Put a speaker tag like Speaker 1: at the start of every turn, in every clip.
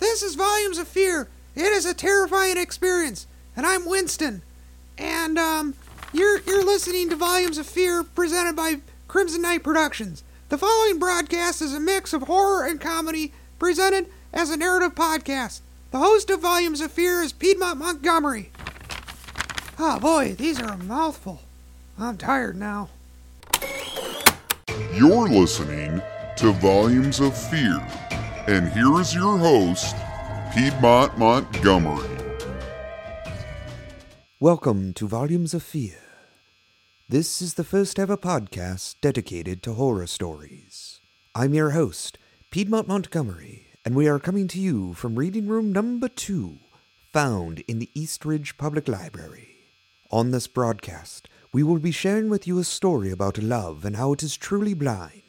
Speaker 1: Passes volumes of fear. It is a terrifying experience. And I'm Winston. And um, you're you're listening to Volumes of Fear presented by Crimson Knight Productions. The following broadcast is a mix of horror and comedy presented as a narrative podcast. The host of Volumes of Fear is Piedmont Montgomery. Oh boy, these are a mouthful. I'm tired now.
Speaker 2: You're listening to Volumes of Fear, and here is your host, Piedmont Montgomery.
Speaker 3: Welcome to Volumes of Fear. This is the first ever podcast dedicated to horror stories. I'm your host, Piedmont Montgomery, and we are coming to you from reading room number two, found in the Eastridge Public Library. On this broadcast, we will be sharing with you a story about love and how it is truly blind,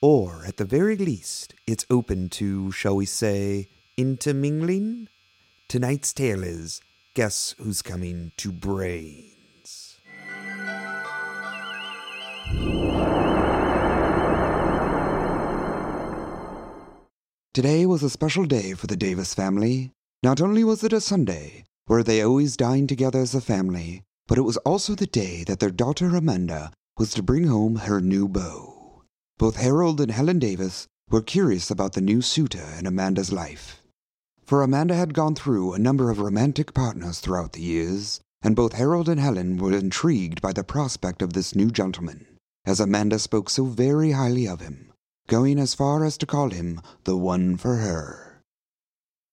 Speaker 3: or at the very least, it's open to, shall we say, intermingling? Tonight's tale is Guess Who's Coming to Brains? Today was a special day for the Davis family. Not only was it a Sunday, where they always dined together as a family, but it was also the day that their daughter Amanda was to bring home her new beau. Both Harold and Helen Davis were curious about the new suitor in Amanda's life. For Amanda had gone through a number of romantic partners throughout the years, and both Harold and Helen were intrigued by the prospect of this new gentleman, as Amanda spoke so very highly of him, going as far as to call him the one for her.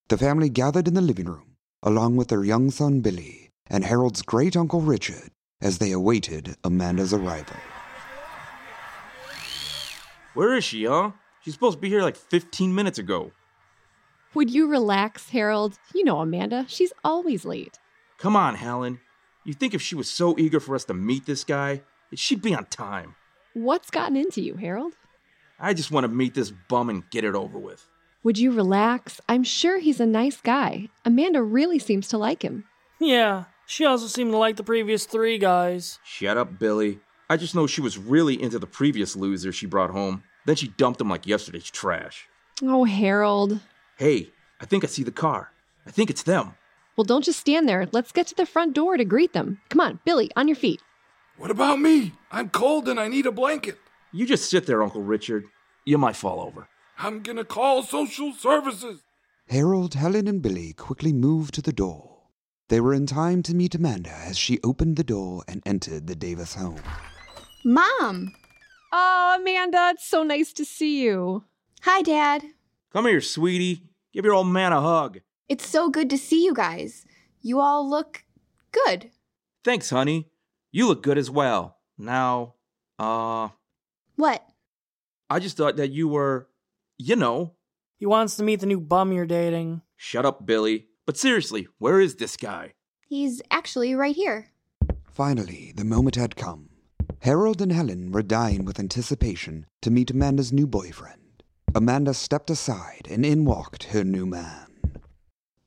Speaker 3: The family gathered in the living room, along with their young son Billy and Harold's great uncle Richard, as they awaited Amanda's arrival.
Speaker 4: Where is she, huh? She's supposed to be here like 15 minutes ago.
Speaker 5: Would you relax, Harold? You know Amanda, she's always late.
Speaker 4: Come on, Helen. You think if she was so eager for us to meet this guy, that she'd be on time.
Speaker 5: What's gotten into you, Harold?
Speaker 4: I just want to meet this bum and get it over with.
Speaker 5: Would you relax? I'm sure he's a nice guy. Amanda really seems to like him.
Speaker 6: Yeah, she also seemed to like the previous three guys.
Speaker 4: Shut up, Billy. I just know she was really into the previous loser she brought home. Then she dumped him like yesterday's trash.
Speaker 5: Oh, Harold.
Speaker 4: Hey, I think I see the car. I think it's them.
Speaker 5: Well, don't just stand there. Let's get to the front door to greet them. Come on, Billy, on your feet.
Speaker 7: What about me? I'm cold and I need a blanket.
Speaker 4: You just sit there, Uncle Richard. You might fall over.
Speaker 7: I'm gonna call social services.
Speaker 3: Harold, Helen, and Billy quickly moved to the door. They were in time to meet Amanda as she opened the door and entered the Davis home.
Speaker 8: Mom!
Speaker 5: Oh, Amanda, it's so nice to see you.
Speaker 8: Hi, Dad.
Speaker 4: Come here, sweetie. Give your old man a hug.
Speaker 8: It's so good to see you guys. You all look good.
Speaker 4: Thanks, honey. You look good as well. Now, uh,
Speaker 8: What?
Speaker 4: I just thought that you were, you know.
Speaker 6: He wants to meet the new bum you're dating.
Speaker 4: Shut up, Billy. But seriously, where is this guy?
Speaker 8: He's actually right here.
Speaker 3: Finally, the moment had come. Harold and Helen were dying with anticipation to meet Amanda's new boyfriend. Amanda stepped aside and in walked her new man.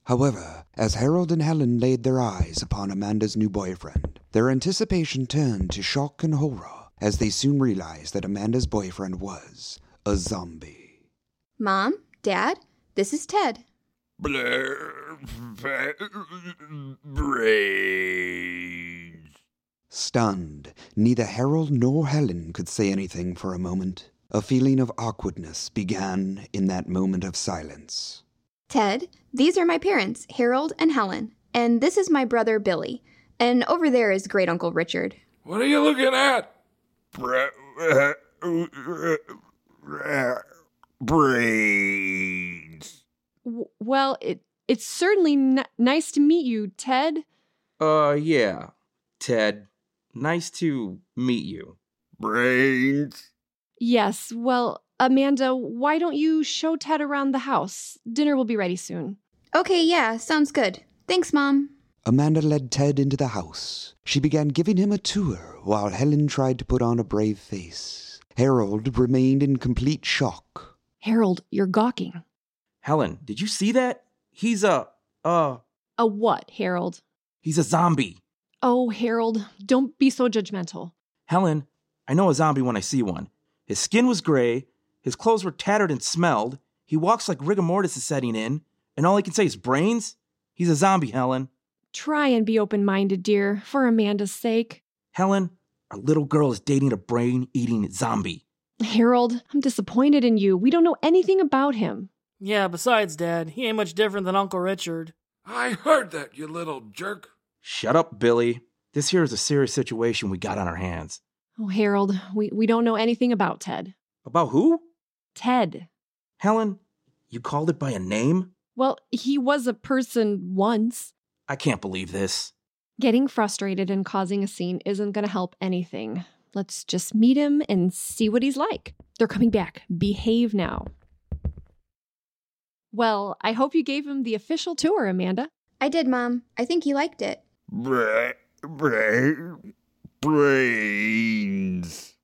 Speaker 3: However, as Harold and Helen laid their eyes upon Amanda's new boyfriend, their anticipation turned to shock and horror as they soon realized that Amanda's boyfriend was a zombie.
Speaker 8: Mom, Dad, this is Ted.
Speaker 7: Blair brains.
Speaker 3: Stunned, neither Harold nor Helen could say anything for a moment. A feeling of awkwardness began in that moment of silence.
Speaker 8: Ted, these are my parents, Harold and Helen, and this is my brother Billy, and over there is great uncle Richard.
Speaker 7: What are you looking at? Bra- brains.
Speaker 5: W- well, it, it's certainly n- nice to meet you, Ted.
Speaker 4: Uh, yeah. Ted, nice to meet you.
Speaker 7: Brains.
Speaker 5: Yes, well, Amanda, why don't you show Ted around the house? Dinner will be ready soon.
Speaker 8: Okay, yeah, sounds good. Thanks, Mom.
Speaker 3: Amanda led Ted into the house. She began giving him a tour while Helen tried to put on a brave face. Harold remained in complete shock.
Speaker 5: Harold, you're gawking.
Speaker 4: Helen, did you see that? He's a, uh,
Speaker 5: A what, Harold?
Speaker 4: he's a zombie.
Speaker 5: Oh, Harold, don't be so judgmental.
Speaker 4: Helen, I know a zombie when I see one. His skin was gray, his clothes were tattered and smelled, he walks like rigor mortis is setting in, and all he can say is brains? He's a zombie, Helen.
Speaker 5: Try and be open minded, dear, for Amanda's sake.
Speaker 4: Helen, our little girl is dating a brain eating zombie.
Speaker 5: Harold, I'm disappointed in you. We don't know anything about him.
Speaker 6: Yeah, besides, Dad, he ain't much different than Uncle Richard.
Speaker 7: I heard that, you little jerk.
Speaker 4: Shut up, Billy. This here is a serious situation we got on our hands.
Speaker 5: Oh, Harold, we, we don't know anything about Ted.
Speaker 4: About who?
Speaker 5: Ted.
Speaker 4: Helen, you called it by a name?
Speaker 5: Well, he was a person once.
Speaker 4: I can't believe this.
Speaker 5: Getting frustrated and causing a scene isn't going to help anything. Let's just meet him and see what he's like. They're coming back. Behave now. Well, I hope you gave him the official tour, Amanda.
Speaker 8: I did, Mom. I think he liked it.
Speaker 7: Bra- bra- brains.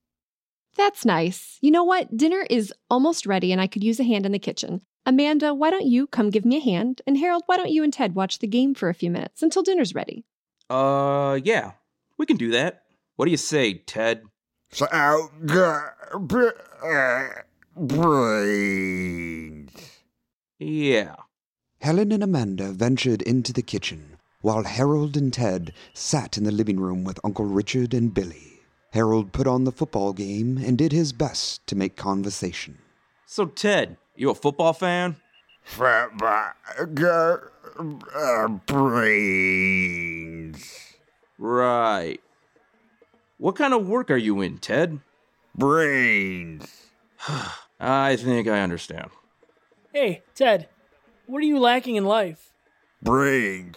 Speaker 5: That's nice. You know what? Dinner is almost ready and I could use a hand in the kitchen. Amanda, why don't you come give me a hand? And Harold, why don't you and Ted watch the game for a few minutes until dinner's ready?
Speaker 4: Uh, yeah, we can do that. What do you say, Ted?
Speaker 7: So- bra- brains.
Speaker 4: Yeah.
Speaker 3: Helen and Amanda ventured into the kitchen, while Harold and Ted sat in the living room with Uncle Richard and Billy. Harold put on the football game and did his best to make conversation.
Speaker 4: So, Ted, you a football fan?
Speaker 7: Fat bra- uh, brains.
Speaker 4: Right. What kind of work are you in, Ted?
Speaker 7: Brains.
Speaker 4: I think I understand.
Speaker 6: Hey, Ted, what are you lacking in life?
Speaker 7: Brains.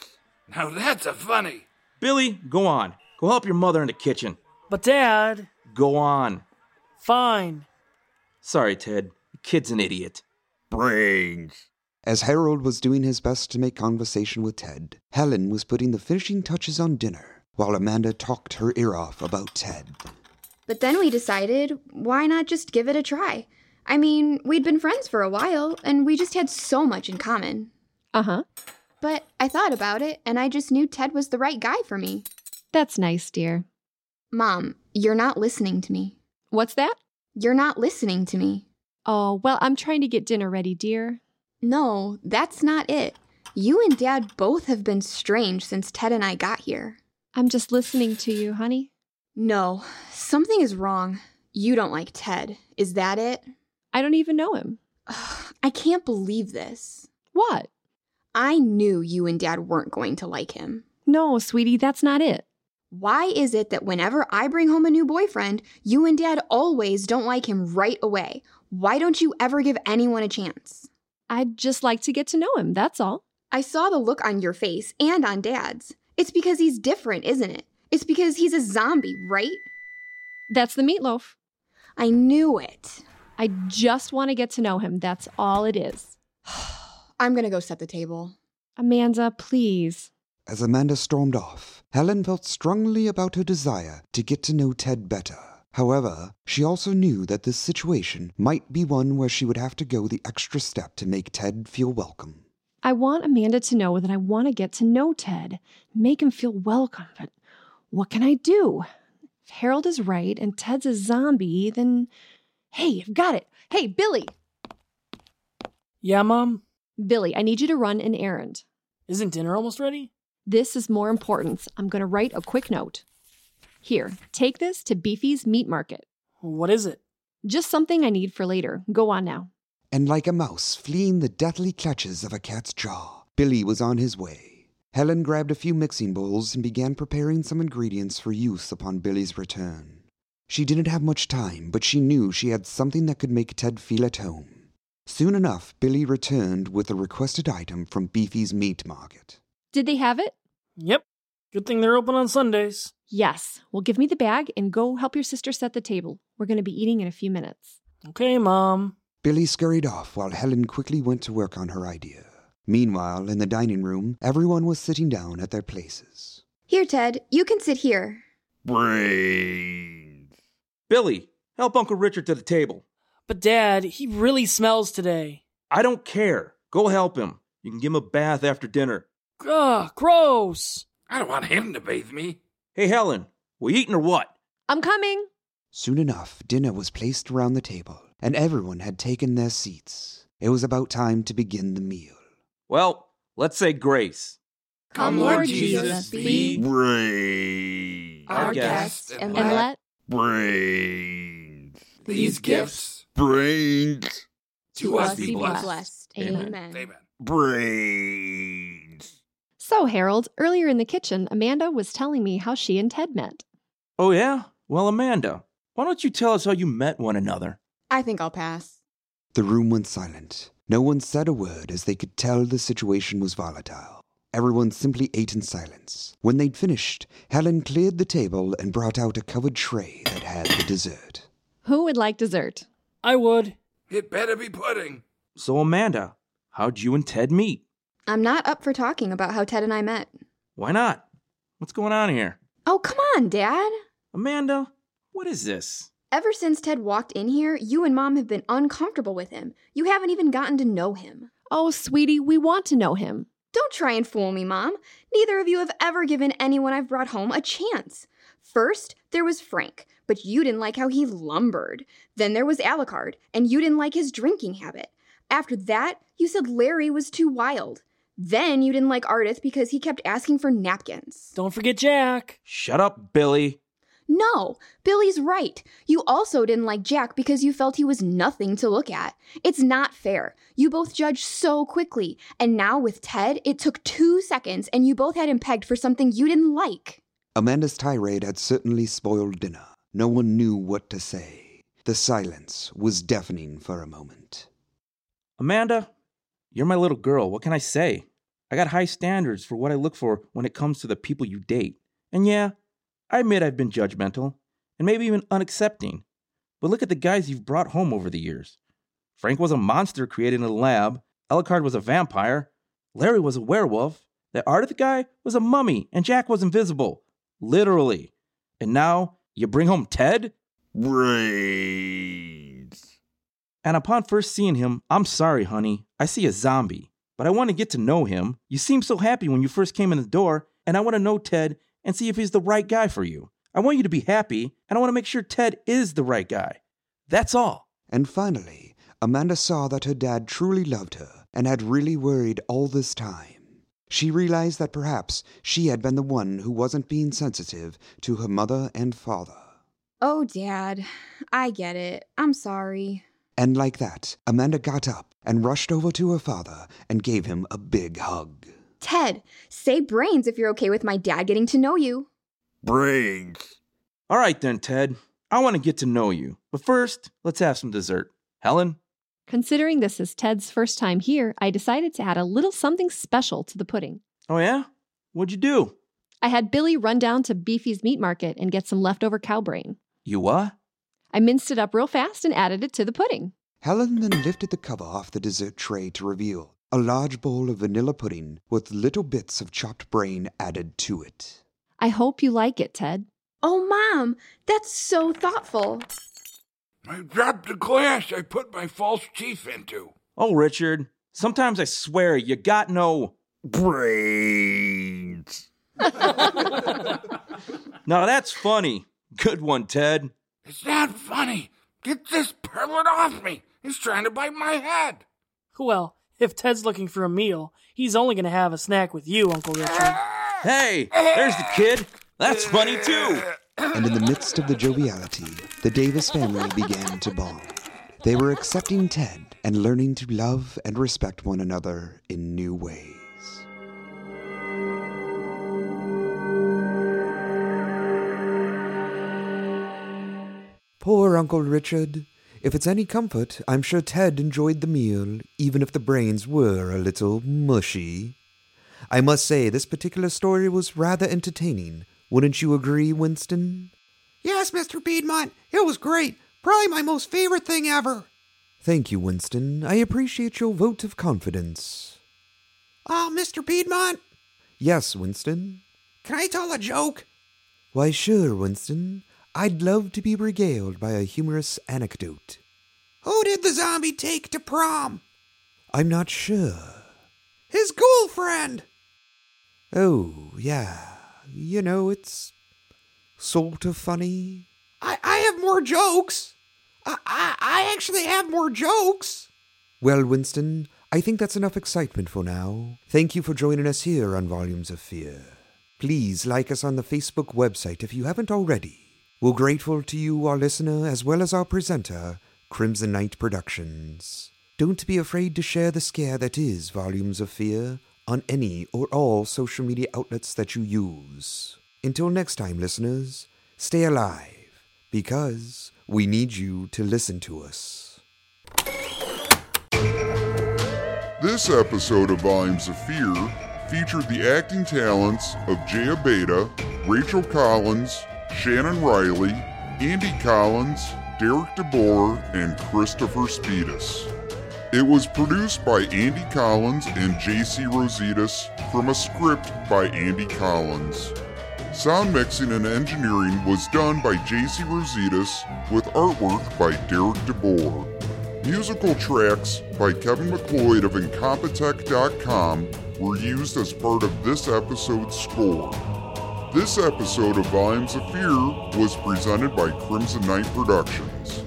Speaker 7: Now that's a funny.
Speaker 4: Billy, go on. Go help your mother in the kitchen.
Speaker 6: But, Dad,
Speaker 4: Go on.
Speaker 6: fine.
Speaker 4: Sorry, Ted. The kid's an idiot.
Speaker 7: Brains.
Speaker 3: As Harold was doing his best to make conversation with Ted, Helen was putting the finishing touches on dinner, while Amanda talked her ear off about Ted.
Speaker 8: But then we decided, why not just give it a try? I mean, we'd been friends for a while, and we just had so much in common.
Speaker 5: Uh huh.
Speaker 8: But I thought about it, and I just knew Ted was the right guy for me.
Speaker 5: That's nice, dear.
Speaker 8: Mom, you're not listening to me.
Speaker 5: What's that?
Speaker 8: You're not listening to me.
Speaker 5: Oh, well, I'm trying to get dinner ready, dear.
Speaker 8: No, that's not it. You and Dad both have been strange since Ted and I got here.
Speaker 5: I'm just listening to you, honey.
Speaker 8: No, something is wrong. You don't like Ted. Is that it?
Speaker 5: I don't even know him.
Speaker 8: Ugh, I can't believe this.
Speaker 5: What?
Speaker 8: I knew you and Dad weren't going to like him.
Speaker 5: No, sweetie, that's not it.
Speaker 8: Why is it that whenever I bring home a new boyfriend, you and Dad always don't like him right away? Why don't you ever give anyone a chance?
Speaker 5: I'd just like to get to know him, that's all.
Speaker 8: I saw the look on your face and on Dad's. It's because he's different, isn't it? It's because he's a zombie, right?
Speaker 5: That's the meatloaf.
Speaker 8: I knew it.
Speaker 5: I just want to get to know him, that's all it is.
Speaker 8: I'm gonna go set the table.
Speaker 5: Amanda, please.
Speaker 3: As Amanda stormed off, Helen felt strongly about her desire to get to know Ted better. However, she also knew that this situation might be one where she would have to go the extra step to make Ted feel welcome.
Speaker 5: I want Amanda to know that I want to get to know Ted, make him feel welcome, but what can I do? If Harold is right and Ted's a zombie, then hey, I've got it. Hey, Billy!
Speaker 6: Yeah, Mom?
Speaker 5: Billy, I need you to run an errand.
Speaker 6: Isn't dinner almost ready?
Speaker 5: This is more important. I'm going to write a quick note. Here, take this to Beefy's Meat Market.
Speaker 6: What is it?
Speaker 5: Just something I need for later. Go on now.
Speaker 3: And like a mouse fleeing the deathly clutches of a cat's jaw, Billy was on his way. Helen grabbed a few mixing bowls and began preparing some ingredients for use upon Billy's return. She didn't have much time, but she knew she had something that could make Ted feel at home. Soon enough, Billy returned with the requested item from Beefy's meat market.
Speaker 5: Did they have it?
Speaker 6: Yep. Good thing they're open on Sundays.
Speaker 5: Yes. Well, give me the bag and go help your sister set the table. We're going to be eating in a few minutes.
Speaker 6: Okay, Mom.
Speaker 3: Billy scurried off while Helen quickly went to work on her idea. Meanwhile, in the dining room, everyone was sitting down at their places.
Speaker 8: Here, Ted, you can sit here.
Speaker 7: Brains.
Speaker 4: Billy, help Uncle Richard to the table.
Speaker 6: But, Dad, he really smells today.
Speaker 4: I don't care. Go help him. You can give him a bath after dinner.
Speaker 6: Ugh, gross.
Speaker 7: I don't want him to bathe me.
Speaker 4: Hey, Helen, we eating or what?
Speaker 5: I'm coming.
Speaker 3: Soon enough, dinner was placed around the table, and everyone had taken their seats. It was about time to begin the meal.
Speaker 4: Well, let's say grace.
Speaker 7: Come, Lord Jesus,
Speaker 5: be
Speaker 7: Brains.
Speaker 4: Our
Speaker 5: guest,
Speaker 7: and
Speaker 5: and let
Speaker 7: Brains.
Speaker 9: these gifts
Speaker 7: Brains.
Speaker 9: to us be blessed.
Speaker 5: Amen.
Speaker 7: Amen. Brains.
Speaker 5: So, Harold, earlier in the kitchen, Amanda was telling me how she and Ted met.
Speaker 4: Oh, yeah? Well, Amanda, why don't you tell us how you met one another?
Speaker 8: I think I'll pass.
Speaker 3: The room went silent. No one said a word as they could tell the situation was volatile. Everyone simply ate in silence. When they'd finished, Helen cleared the table and brought out a covered tray that had the dessert.
Speaker 5: Who would like dessert?
Speaker 6: I would.
Speaker 7: It better be pudding.
Speaker 4: So, Amanda, how'd you and Ted meet?
Speaker 8: I'm not up for talking about how Ted and I met.
Speaker 4: Why not? What's going on here?
Speaker 8: Oh, come on, Dad.
Speaker 4: Amanda, what is this?
Speaker 8: Ever since Ted walked in here, you and Mom have been uncomfortable with him. You haven't even gotten to know him.
Speaker 5: Oh, sweetie, we want to know him.
Speaker 8: Don't try and fool me, Mom. Neither of you have ever given anyone I've brought home a chance. First, there was Frank, but you didn't like how he lumbered. Then there was Alucard, and you didn't like his drinking habit. After that, you said Larry was too wild. Then you didn't like Ardith because he kept asking for napkins.
Speaker 6: Don't forget Jack.
Speaker 4: Shut up, Billy.
Speaker 8: No, Billy's right. You also didn't like Jack because you felt he was nothing to look at. It's not fair. You both judged so quickly, and now with Ted, it took two seconds and you both had him pegged for something you didn't like.
Speaker 3: Amanda's tirade had certainly spoiled dinner. No one knew what to say. The silence was deafening for a moment.
Speaker 4: Amanda, you're my little girl. What can I say? I got high standards for what I look for when it comes to the people you date. And yeah, I admit I've been judgmental and maybe even unaccepting. But look at the guys you've brought home over the years. Frank was a monster created in a lab, Alucard was a vampire, Larry was a werewolf, that Ardith guy was a mummy, and Jack was invisible. Literally. And now you bring home Ted?
Speaker 7: Brains.
Speaker 4: And upon first seeing him, I'm sorry, honey, I see a zombie. But I want to get to know him. You seemed so happy when you first came in the door, and I want to know Ted and see if he's the right guy for you. I want you to be happy, and I want to make sure Ted is the right guy. That's all.
Speaker 3: And finally, Amanda saw that her dad truly loved her and had really worried all this time. She realized that perhaps she had been the one who wasn't being sensitive to her mother and father.
Speaker 8: Oh, Dad, I get it. I'm sorry.
Speaker 3: And like that, Amanda got up and rushed over to her father and gave him a big hug.
Speaker 8: Ted, say brains if you're okay with my dad getting to know you.
Speaker 7: Brains.
Speaker 4: All right then, Ted. I want to get to know you. But first, let's have some dessert. Helen?
Speaker 5: Considering this is Ted's first time here, I decided to add a little something special to the pudding.
Speaker 4: Oh, yeah? What'd you do?
Speaker 5: I had Billy run down to Beefy's meat market and get some leftover cow brain.
Speaker 4: You what?
Speaker 5: I minced it up real fast and added it to the pudding.
Speaker 3: Helen then lifted the cover off the dessert tray to reveal a large bowl of vanilla pudding with little bits of chopped brain added to it.
Speaker 5: I hope you like it, Ted.
Speaker 8: Oh, Mom, that's so thoughtful.
Speaker 7: I dropped the glass I put my false teeth into.
Speaker 4: Oh, Richard. Sometimes I swear you got no.
Speaker 7: Brains.
Speaker 4: Now that's funny. Good one, Ted.
Speaker 7: It's not funny. Get this pervert off me. He's trying to bite my head.
Speaker 6: Well, if Ted's looking for a meal, he's only going to have a snack with you, Uncle Richard.
Speaker 4: Hey, there's the kid. That's funny too.
Speaker 3: And in the midst of the joviality, the Davis family began to bond. They were accepting Ted and learning to love and respect one another in new ways. Poor Uncle Richard. If it's any comfort, I'm sure Ted enjoyed the meal, even if the brains were a little mushy. I must say, this particular story was rather entertaining. Wouldn't you agree, Winston?
Speaker 1: Yes, Mr. Piedmont, it was great. Probably my most favorite thing ever.
Speaker 3: Thank you, Winston. I appreciate your vote of confidence.
Speaker 1: Oh, Mr. Piedmont,
Speaker 3: Yes, Winston.
Speaker 1: can I tell a joke?
Speaker 3: Why, sure, Winston. I'd love to be regaled by a humorous anecdote.
Speaker 1: Who did the zombie take to prom?
Speaker 3: I'm not sure.
Speaker 1: His girlfriend.
Speaker 3: Oh, yeah. You know, it's sort of funny.
Speaker 1: I, I have more jokes. I, I, I actually have more jokes.
Speaker 3: Well, Winston, I think that's enough excitement for now. Thank you for joining us here on Volumes of Fear. Please like us on the Facebook website if you haven't already. We're grateful to you, our listener, as well as our presenter, Crimson Knight Productions. Don't be afraid to share the scare that is Volumes of Fear on any or all social media outlets that you use. Until next time, listeners, stay alive because we need you to listen to us.
Speaker 2: This episode of Volumes of Fear featured the acting talents of Jaya Beta, Rachel Collins, Shannon Riley, Andy Collins, Derek DeBoer, and Christopher Speedus. It was produced by Andy Collins and JC Rositas from a script by Andy Collins. Sound mixing and engineering was done by JC Rositas with artwork by Derek DeBoer. Musical tracks by Kevin McLeod of Incompetech.com were used as part of this episode's score. This episode of Volumes of Fear was presented by Crimson Knight Productions.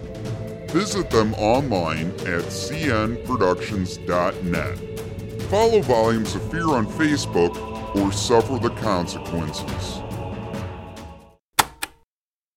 Speaker 2: Visit them online at cnproductions.net. Follow Volumes of Fear on Facebook or suffer the consequences.